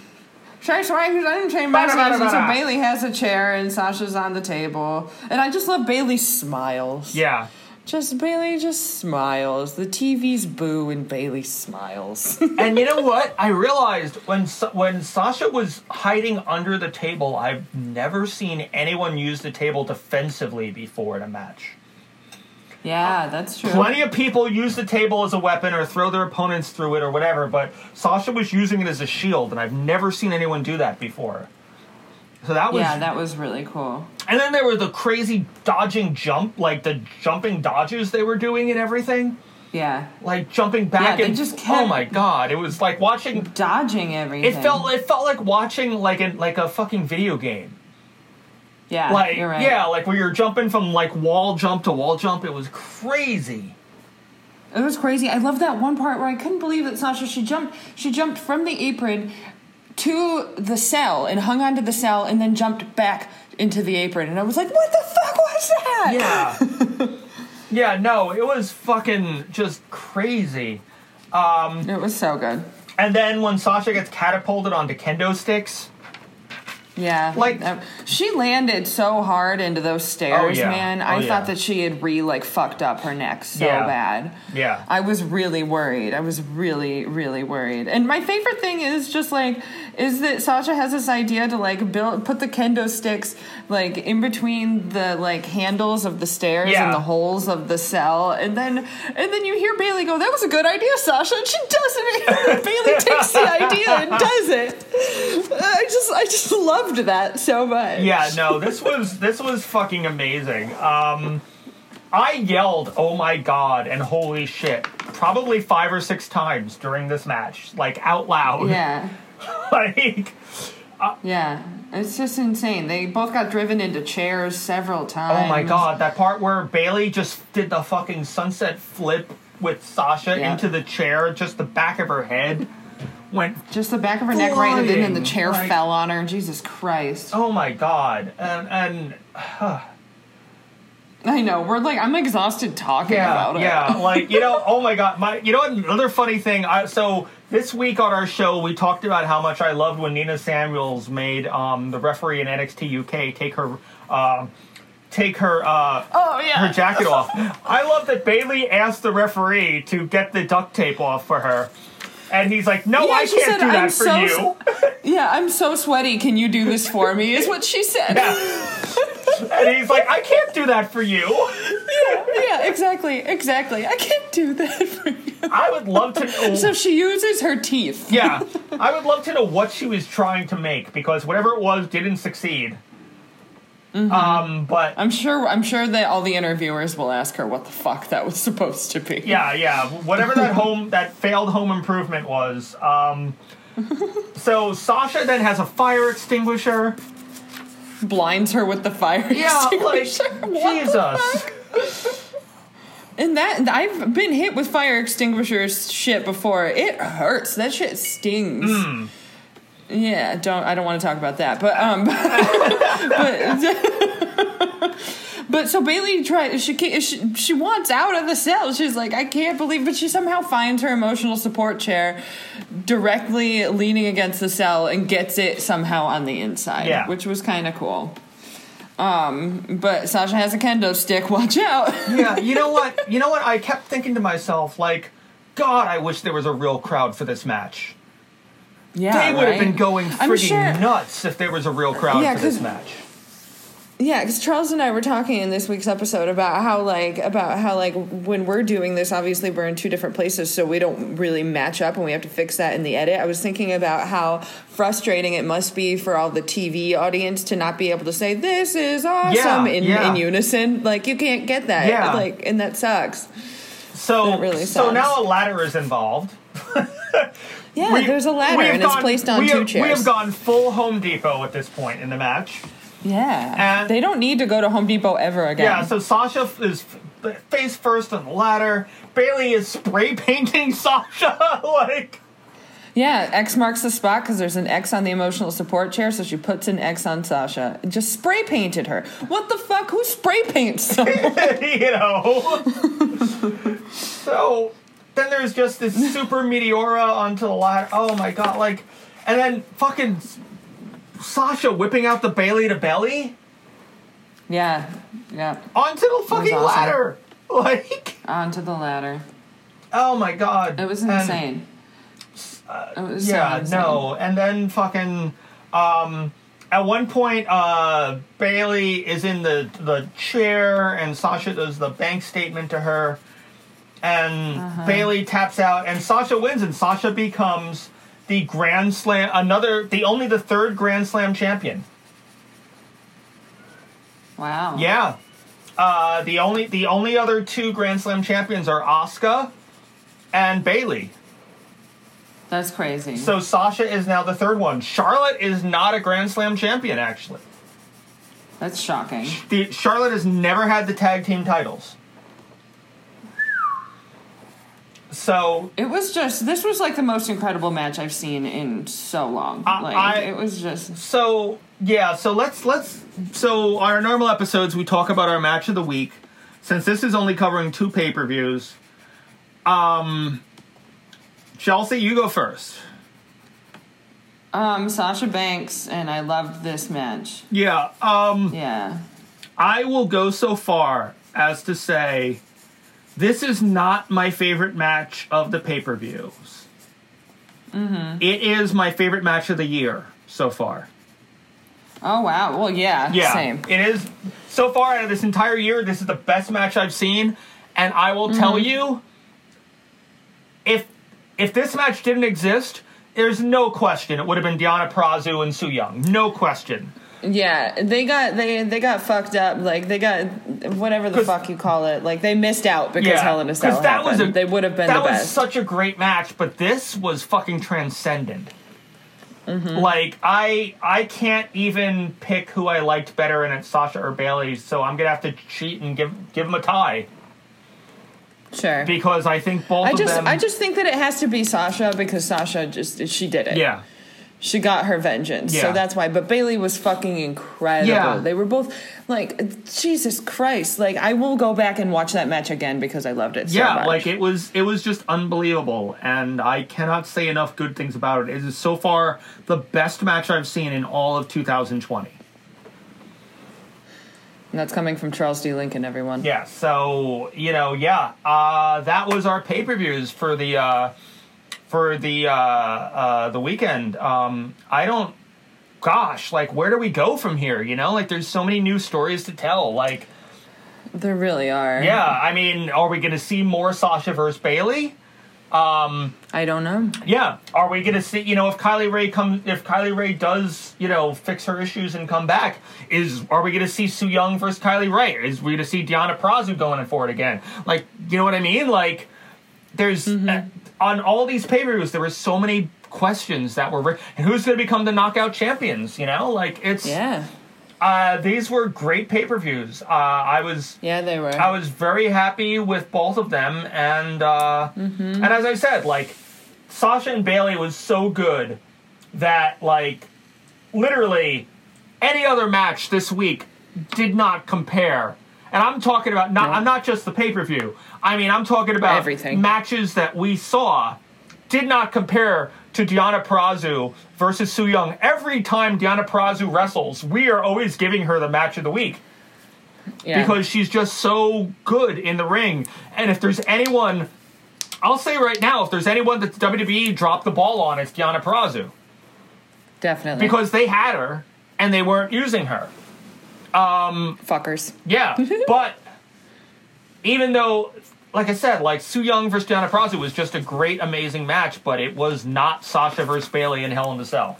[SPEAKER 2] Shay Swagger's entertainment masters. And so
[SPEAKER 1] Ba-da-ba-da-ba-da.
[SPEAKER 2] Bailey has a chair and Sasha's on the table. And I just love Bailey's smiles.
[SPEAKER 1] Yeah.
[SPEAKER 2] Just Bailey just smiles. The TV's boo and Bailey smiles. *laughs*
[SPEAKER 1] and you know what? I realized when Sa- when Sasha was hiding under the table, I've never seen anyone use the table defensively before in a match.
[SPEAKER 2] yeah, that's true.
[SPEAKER 1] Plenty of people use the table as a weapon or throw their opponents through it or whatever, but Sasha was using it as a shield, and I've never seen anyone do that before. So that was,
[SPEAKER 2] yeah, that was really cool.
[SPEAKER 1] and then there were the crazy dodging jump, like the jumping dodges they were doing and everything,
[SPEAKER 2] Yeah.
[SPEAKER 1] like jumping back
[SPEAKER 2] Yeah, they
[SPEAKER 1] and
[SPEAKER 2] just
[SPEAKER 1] oh
[SPEAKER 2] kept-
[SPEAKER 1] my god, it was like watching
[SPEAKER 2] Dodging everything.
[SPEAKER 1] It felt it felt like watching like an like a fucking video game.
[SPEAKER 2] yeah,
[SPEAKER 1] Like
[SPEAKER 2] you're right.
[SPEAKER 1] yeah, like where you're jumping from like wall jump to wall jump. It was crazy.
[SPEAKER 2] It was crazy. I love that one part where I couldn't believe that Sasha she jumped she jumped from the apron to the cell and hung onto the cell and then jumped back into the apron and I was like, What the fuck was that?
[SPEAKER 1] Yeah. yeah, no, it was fucking just crazy.
[SPEAKER 2] *laughs* It was so good.
[SPEAKER 1] And then when Sasha gets catapulted onto kendo sticks,
[SPEAKER 2] Yeah.
[SPEAKER 1] Like-
[SPEAKER 2] Uh, she landed so hard into those stairs,
[SPEAKER 1] Oh, yeah.
[SPEAKER 2] man.
[SPEAKER 1] Oh,
[SPEAKER 2] I
[SPEAKER 1] yeah.
[SPEAKER 2] thought that she had re like fucked up her neck so
[SPEAKER 1] Yeah.
[SPEAKER 2] bad.
[SPEAKER 1] Yeah.
[SPEAKER 2] I was really worried. I was really, really worried. And my favorite thing is just like is that Sasha has this idea to like build put the kendo sticks like in between the like handles of the stairs
[SPEAKER 1] Yeah.
[SPEAKER 2] and the holes of the cell. And then and then you hear Bailey go, That was a good idea, Sasha, and she does it. *laughs* Bailey takes the idea and does it. I just I just loved that so much.
[SPEAKER 1] yeah, no, this was this was fucking amazing. Um I yelled, "Oh my god!" and "Holy shit!" probably five or six times during this match, like out loud.
[SPEAKER 2] Yeah.
[SPEAKER 1] *laughs* like,
[SPEAKER 2] Yeah. It's just insane. They both got driven into chairs several times.
[SPEAKER 1] Oh my god, that part where Bailey just did the fucking sunset flip with Sasha
[SPEAKER 2] Yeah.
[SPEAKER 1] into the chair, just the back of her head went.
[SPEAKER 2] Just the back of her neck right and then and the
[SPEAKER 1] Flying,
[SPEAKER 2] chair
[SPEAKER 1] like-
[SPEAKER 2] fell on her. Jesus Christ.
[SPEAKER 1] Oh my god, and and
[SPEAKER 2] I know. We're like I'm exhausted talking about
[SPEAKER 1] yeah,
[SPEAKER 2] it.
[SPEAKER 1] yeah, like you know, oh my god, my you know what, another funny thing. I, so this week on our show, we talked about how much I loved when Nina Samuels made um, the referee in NXT UK take her. Uh, Take her uh,
[SPEAKER 2] Oh yeah.
[SPEAKER 1] her jacket off. I love that Bailey asked the referee to get the duct tape off for her. And he's like, no,
[SPEAKER 2] Yeah,
[SPEAKER 1] I
[SPEAKER 2] she
[SPEAKER 1] can't
[SPEAKER 2] said,
[SPEAKER 1] do that
[SPEAKER 2] "I'm
[SPEAKER 1] for
[SPEAKER 2] so
[SPEAKER 1] you. *laughs*
[SPEAKER 2] yeah, I'm so sweaty. Can you do this for me? Is what she said.
[SPEAKER 1] and he's like, I can't do that for you.
[SPEAKER 2] yeah, exactly. Exactly. I can't do that *laughs* for you.
[SPEAKER 1] I would love
[SPEAKER 2] *laughs*
[SPEAKER 1] to know.
[SPEAKER 2] So she uses her teeth.
[SPEAKER 1] yeah, I would love to know what she was trying to make because whatever it was didn't succeed.
[SPEAKER 2] Mm-hmm.
[SPEAKER 1] Um, but
[SPEAKER 2] I'm sure I'm sure that all the interviewers will ask her what the fuck that was supposed to be.
[SPEAKER 1] yeah, yeah, whatever that home that failed home improvement was.
[SPEAKER 2] *laughs*
[SPEAKER 1] Um, so Sasha then has a fire extinguisher.
[SPEAKER 2] Blinds her with the fire
[SPEAKER 1] Yeah, like
[SPEAKER 2] extinguisher. *laughs* What the fuck?
[SPEAKER 1] Jesus.
[SPEAKER 2] And that I've been hit with fire extinguishers shit before. It hurts. That shit stings. Yeah, don't I don't want to talk about that. But um *laughs* but *laughs* But so Bailey tries she, ca- she she wants out of the cell. She's like, I can't believe but she somehow finds her emotional support chair directly leaning against the cell and gets it somehow on the inside.
[SPEAKER 1] Yeah.
[SPEAKER 2] Which was kinda cool. Um, but Sasha has a kendo stick, *laughs* watch out.
[SPEAKER 1] yeah, you know what? You know what? I kept thinking to myself, like, God, I wish there was a real crowd for this match.
[SPEAKER 2] Yeah,
[SPEAKER 1] they would have been
[SPEAKER 2] right?
[SPEAKER 1] going
[SPEAKER 2] I'm
[SPEAKER 1] freaking
[SPEAKER 2] sure-
[SPEAKER 1] nuts if there was a real crowd
[SPEAKER 2] Yeah,
[SPEAKER 1] for this
[SPEAKER 2] 'cause-
[SPEAKER 1] match.
[SPEAKER 2] Yeah, because Charles and I were talking in this week's episode about how like about how like when we're doing this, obviously we're in two different places, so we don't really match up, and we have to fix that in the edit. I was thinking about how frustrating it must be for all the TV audience to not be able to say "This is awesome" in,
[SPEAKER 1] yeah.
[SPEAKER 2] in unison. Like you can't get that.
[SPEAKER 1] Yeah.
[SPEAKER 2] Like and that sucks.
[SPEAKER 1] So,
[SPEAKER 2] That really
[SPEAKER 1] so
[SPEAKER 2] sucks.
[SPEAKER 1] now a ladder is involved.
[SPEAKER 2] Yeah,
[SPEAKER 1] We-
[SPEAKER 2] there's a ladder
[SPEAKER 1] we have
[SPEAKER 2] and it's
[SPEAKER 1] gone-
[SPEAKER 2] placed on
[SPEAKER 1] we
[SPEAKER 2] two
[SPEAKER 1] have,
[SPEAKER 2] chairs.
[SPEAKER 1] We have gone full Home Depot at this point in the match.
[SPEAKER 2] yeah,
[SPEAKER 1] And-
[SPEAKER 2] they don't need to go to Home Depot ever again.
[SPEAKER 1] Yeah, so Sasha f- is f- face first on the ladder. Bailey is spray *laughs* painting Sasha *laughs* like.
[SPEAKER 2] Yeah, X marks the spot because there's an X on the emotional support chair, so she puts an X on Sasha. and Just spray painted her. What the fuck? Who spray
[SPEAKER 1] *laughs*
[SPEAKER 2] paints someone?
[SPEAKER 1] you know. so then
[SPEAKER 2] *laughs*
[SPEAKER 1] there's just this super meteora onto the ladder. Oh my god! Like, and then fucking Sasha whipping out the Bailey to belly
[SPEAKER 2] Yeah, yeah.
[SPEAKER 1] onto the fucking
[SPEAKER 2] awesome.
[SPEAKER 1] ladder. *laughs* Like,
[SPEAKER 2] Onto the ladder.
[SPEAKER 1] oh my god,
[SPEAKER 2] It was
[SPEAKER 1] And- uh,
[SPEAKER 2] insane. it was so
[SPEAKER 1] Yeah,
[SPEAKER 2] insane.
[SPEAKER 1] no. And then fucking um at one point uh Bailey is in the the chair and Sasha does the bank statement to her and
[SPEAKER 2] Uh-huh.
[SPEAKER 1] Bailey taps out and Sasha wins and Sasha becomes the Grand Slam another the only the third Grand Slam champion.
[SPEAKER 2] Wow.
[SPEAKER 1] Yeah. Uh the only the only other two Grand Slam champions are Asuka and Bailey.
[SPEAKER 2] That's crazy.
[SPEAKER 1] So Sasha is now the third one. Charlotte is not a Grand Slam champion, actually.
[SPEAKER 2] That's shocking.
[SPEAKER 1] The Charlotte has never had the tag team titles. So
[SPEAKER 2] It was just this was like the most incredible match I've seen in so long.
[SPEAKER 1] I-
[SPEAKER 2] like
[SPEAKER 1] I-
[SPEAKER 2] it was just
[SPEAKER 1] so yeah, so let's let's so on our normal episodes we talk about our match of the week. Since this is only covering two pay-per-views, um Chelsea, you go first.
[SPEAKER 2] um Sasha Banks and I loved this match.
[SPEAKER 1] Yeah, um
[SPEAKER 2] Yeah.
[SPEAKER 1] I will go so far as to say this is not my favorite match of the pay per views. It is my favorite match of the year so far.
[SPEAKER 2] Oh wow. Well yeah, same.
[SPEAKER 1] It is so far out of this entire year, this is the best match I've seen. And I will tell you, if if this match didn't exist, there's no question it would have been Diana Prazu and Su Young. No question.
[SPEAKER 2] Yeah, they got they they got fucked up. Like they got whatever the
[SPEAKER 1] 'Cause-
[SPEAKER 2] fuck you call it. Like they missed out because Hell in a Cell
[SPEAKER 1] 'cause that was
[SPEAKER 2] happened.
[SPEAKER 1] a-
[SPEAKER 2] they would have been
[SPEAKER 1] that
[SPEAKER 2] the
[SPEAKER 1] was
[SPEAKER 2] best.
[SPEAKER 1] such a great match, but this was fucking transcendent.
[SPEAKER 2] Mm-hmm.
[SPEAKER 1] Like I, I can't even pick who I liked better, and it's Sasha or Bailey. So I'm gonna have to cheat and give give them a tie
[SPEAKER 2] sure.
[SPEAKER 1] because I think both
[SPEAKER 2] I
[SPEAKER 1] of
[SPEAKER 2] just
[SPEAKER 1] them.
[SPEAKER 2] I just think that it has to be Sasha because Sasha just she did it.
[SPEAKER 1] yeah,
[SPEAKER 2] She got her vengeance.
[SPEAKER 1] Yeah.
[SPEAKER 2] So that's why. But Bailey was fucking incredible.
[SPEAKER 1] Yeah.
[SPEAKER 2] They were both like Jesus Christ. Like I will go back and watch that match again because I loved it so
[SPEAKER 1] yeah.
[SPEAKER 2] much.
[SPEAKER 1] Like it was, it was just unbelievable, and I cannot say enough good things about it. It is so far the best match I've seen in all of 2020.
[SPEAKER 2] and that's coming from Charles D. Lincoln, everyone.
[SPEAKER 1] Yeah, so you know, yeah, uh, that was our pay per views for the uh, for the uh, uh, the weekend. Um, I don't, gosh, like where do we go from here? You know, like there's so many new stories to tell. Like,
[SPEAKER 2] There really are.
[SPEAKER 1] yeah, I mean, are we gonna see more Sasha versus Bailey?
[SPEAKER 2] I don't know.
[SPEAKER 1] Yeah, are we gonna see? You know, if Kylie Ray comes, if Kylie Ray does, you know, fix her issues and come back, is are we gonna see Sue Young versus Kylie Ray? Is we gonna see Deanna Prazu going for it again? Like, you know what I mean? Like, there's uh, on all these pay per views, there were so many questions that were, ri- and who's gonna become the knockout champions? You know, like it's
[SPEAKER 2] Yeah.
[SPEAKER 1] uh, these were great pay per views. Uh, I was
[SPEAKER 2] Yeah, they were.
[SPEAKER 1] I was very happy with both of them, and uh, and as I said, like Sasha and Bailey was so good that like literally any other match this week did not compare. And I'm talking about not I'm not just the pay per view. I mean I'm talking about
[SPEAKER 2] Everything.
[SPEAKER 1] matches that we saw did not compare to Diana Prazu versus Su Young. Every time Diana Prazu wrestles, we are always giving her the match of the week
[SPEAKER 2] yeah.
[SPEAKER 1] because she's just so good in the ring. And if there's anyone, I'll say right now, if there's anyone that WWE dropped the ball on, it's Diana Perazu
[SPEAKER 2] definitely
[SPEAKER 1] because they had her and they weren't using her.
[SPEAKER 2] fuckers.
[SPEAKER 1] Yeah, but even though, like I said, like Su Young versus Diana Perazu was just a great, amazing match, but it was not Sasha versus Bailey in Hell in the Cell.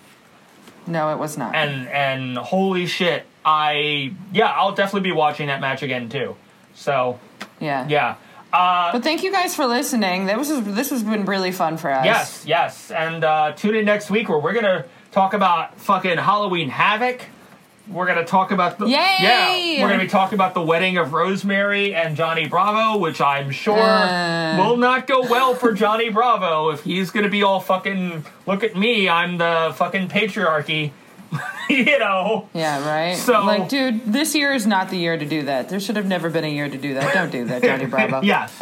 [SPEAKER 2] No, it was not.
[SPEAKER 1] and and holy shit, I yeah, I'll definitely be watching that match again too. So
[SPEAKER 2] yeah.
[SPEAKER 1] yeah.
[SPEAKER 2] But thank you guys for listening. That was this has been really fun for us.
[SPEAKER 1] Yes, yes. And uh, tune in next week where we're going to talk about fucking Halloween Havoc. We're going to talk about the.
[SPEAKER 2] Yay!
[SPEAKER 1] Yeah. We're going to be talking about the wedding of Rosemary and Johnny Bravo, which I'm sure
[SPEAKER 2] Uh.
[SPEAKER 1] will not go well for Johnny Bravo if he's going to be all fucking, look at me, I'm the fucking patriarchy. *laughs* you know?
[SPEAKER 2] Yeah, right.
[SPEAKER 1] So-
[SPEAKER 2] like,
[SPEAKER 1] *laughs*
[SPEAKER 2] dude, this year is not the year to do that. There should have never been a year to do that. Don't do that, Johnny Bravo.
[SPEAKER 1] Yes.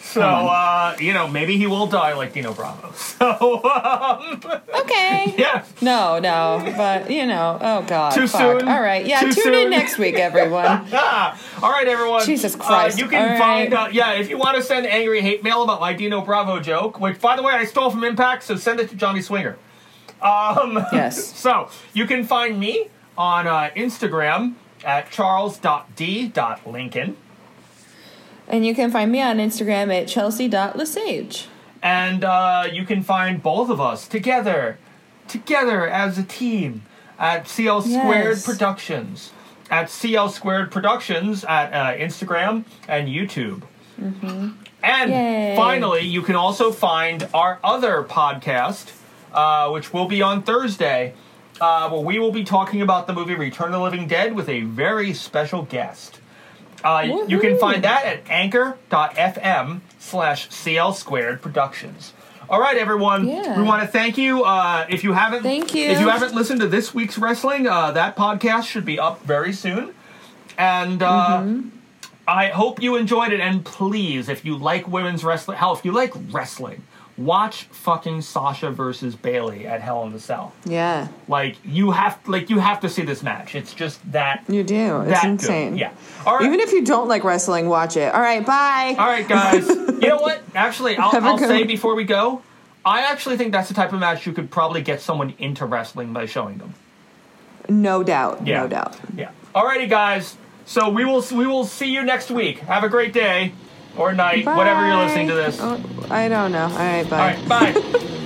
[SPEAKER 1] So uh, you know, maybe he will die like Dino Bravo. *laughs* So um,
[SPEAKER 2] Okay.
[SPEAKER 1] *laughs* yeah,
[SPEAKER 2] No, no, but you know, oh god,
[SPEAKER 1] Too
[SPEAKER 2] fuck.
[SPEAKER 1] soon.
[SPEAKER 2] All right, yeah.
[SPEAKER 1] Too
[SPEAKER 2] tune
[SPEAKER 1] soon.
[SPEAKER 2] in
[SPEAKER 1] *laughs*
[SPEAKER 2] next week, everyone.
[SPEAKER 1] Ah, all right, everyone.
[SPEAKER 2] Jesus Christ.
[SPEAKER 1] Uh, you can
[SPEAKER 2] All
[SPEAKER 1] find
[SPEAKER 2] right.
[SPEAKER 1] uh, yeah if you want to send angry hate mail about my Dino Bravo joke, which by the way I stole from Impact, so send it to Johnny Swinger.
[SPEAKER 2] yes.
[SPEAKER 1] So you can find me on uh, Instagram at charles.d.lincoln.
[SPEAKER 2] And you can find me on Instagram at chelsea.lesage.
[SPEAKER 1] And uh, you can find both of us together, together as a team at CL Squared
[SPEAKER 2] Yes.
[SPEAKER 1] Productions. At CL Squared Productions at uh, Instagram and YouTube. And
[SPEAKER 2] Mm-hmm. Yay.
[SPEAKER 1] finally, you can also find our other podcast, uh, which will be on Thursday, uh, where we will be talking about the movie Return of the Living Dead with a very special guest. Uh, y- you can
[SPEAKER 2] Woohoo.
[SPEAKER 1] find that at anchor.fm slash CL squared productions. All right, everyone.
[SPEAKER 2] Yeah.
[SPEAKER 1] We want to thank you. Uh, if you haven't,
[SPEAKER 2] Thank you.
[SPEAKER 1] If you haven't listened to this week's wrestling, uh, that podcast should be up very soon. And uh,
[SPEAKER 2] Mm-hmm.
[SPEAKER 1] I hope you enjoyed it. And please, if you like women's wrestling, hell, if you like wrestling, watch fucking Sasha versus Bailey at Hell in the Cell.
[SPEAKER 2] Yeah,
[SPEAKER 1] Like you have, like you have to see this match. It's just that.
[SPEAKER 2] you do. It's
[SPEAKER 1] that good.
[SPEAKER 2] insane.
[SPEAKER 1] Yeah. All right.
[SPEAKER 2] Even if you don't like wrestling, watch it. All right, bye.
[SPEAKER 1] All right,
[SPEAKER 2] *laughs*
[SPEAKER 1] guys. you know what? Actually, I'll,
[SPEAKER 2] Have a
[SPEAKER 1] I'll
[SPEAKER 2] good
[SPEAKER 1] say
[SPEAKER 2] one.
[SPEAKER 1] before we go, I actually think that's the type of match you could probably get someone into wrestling by showing them.
[SPEAKER 2] No doubt.
[SPEAKER 1] Yeah.
[SPEAKER 2] No doubt.
[SPEAKER 1] Yeah. Alrighty, guys. So we will we will see you next week. Have a great day or night, whatever you're listening to this.
[SPEAKER 2] Oh, I don't know. All right, bye.
[SPEAKER 1] All right, bye.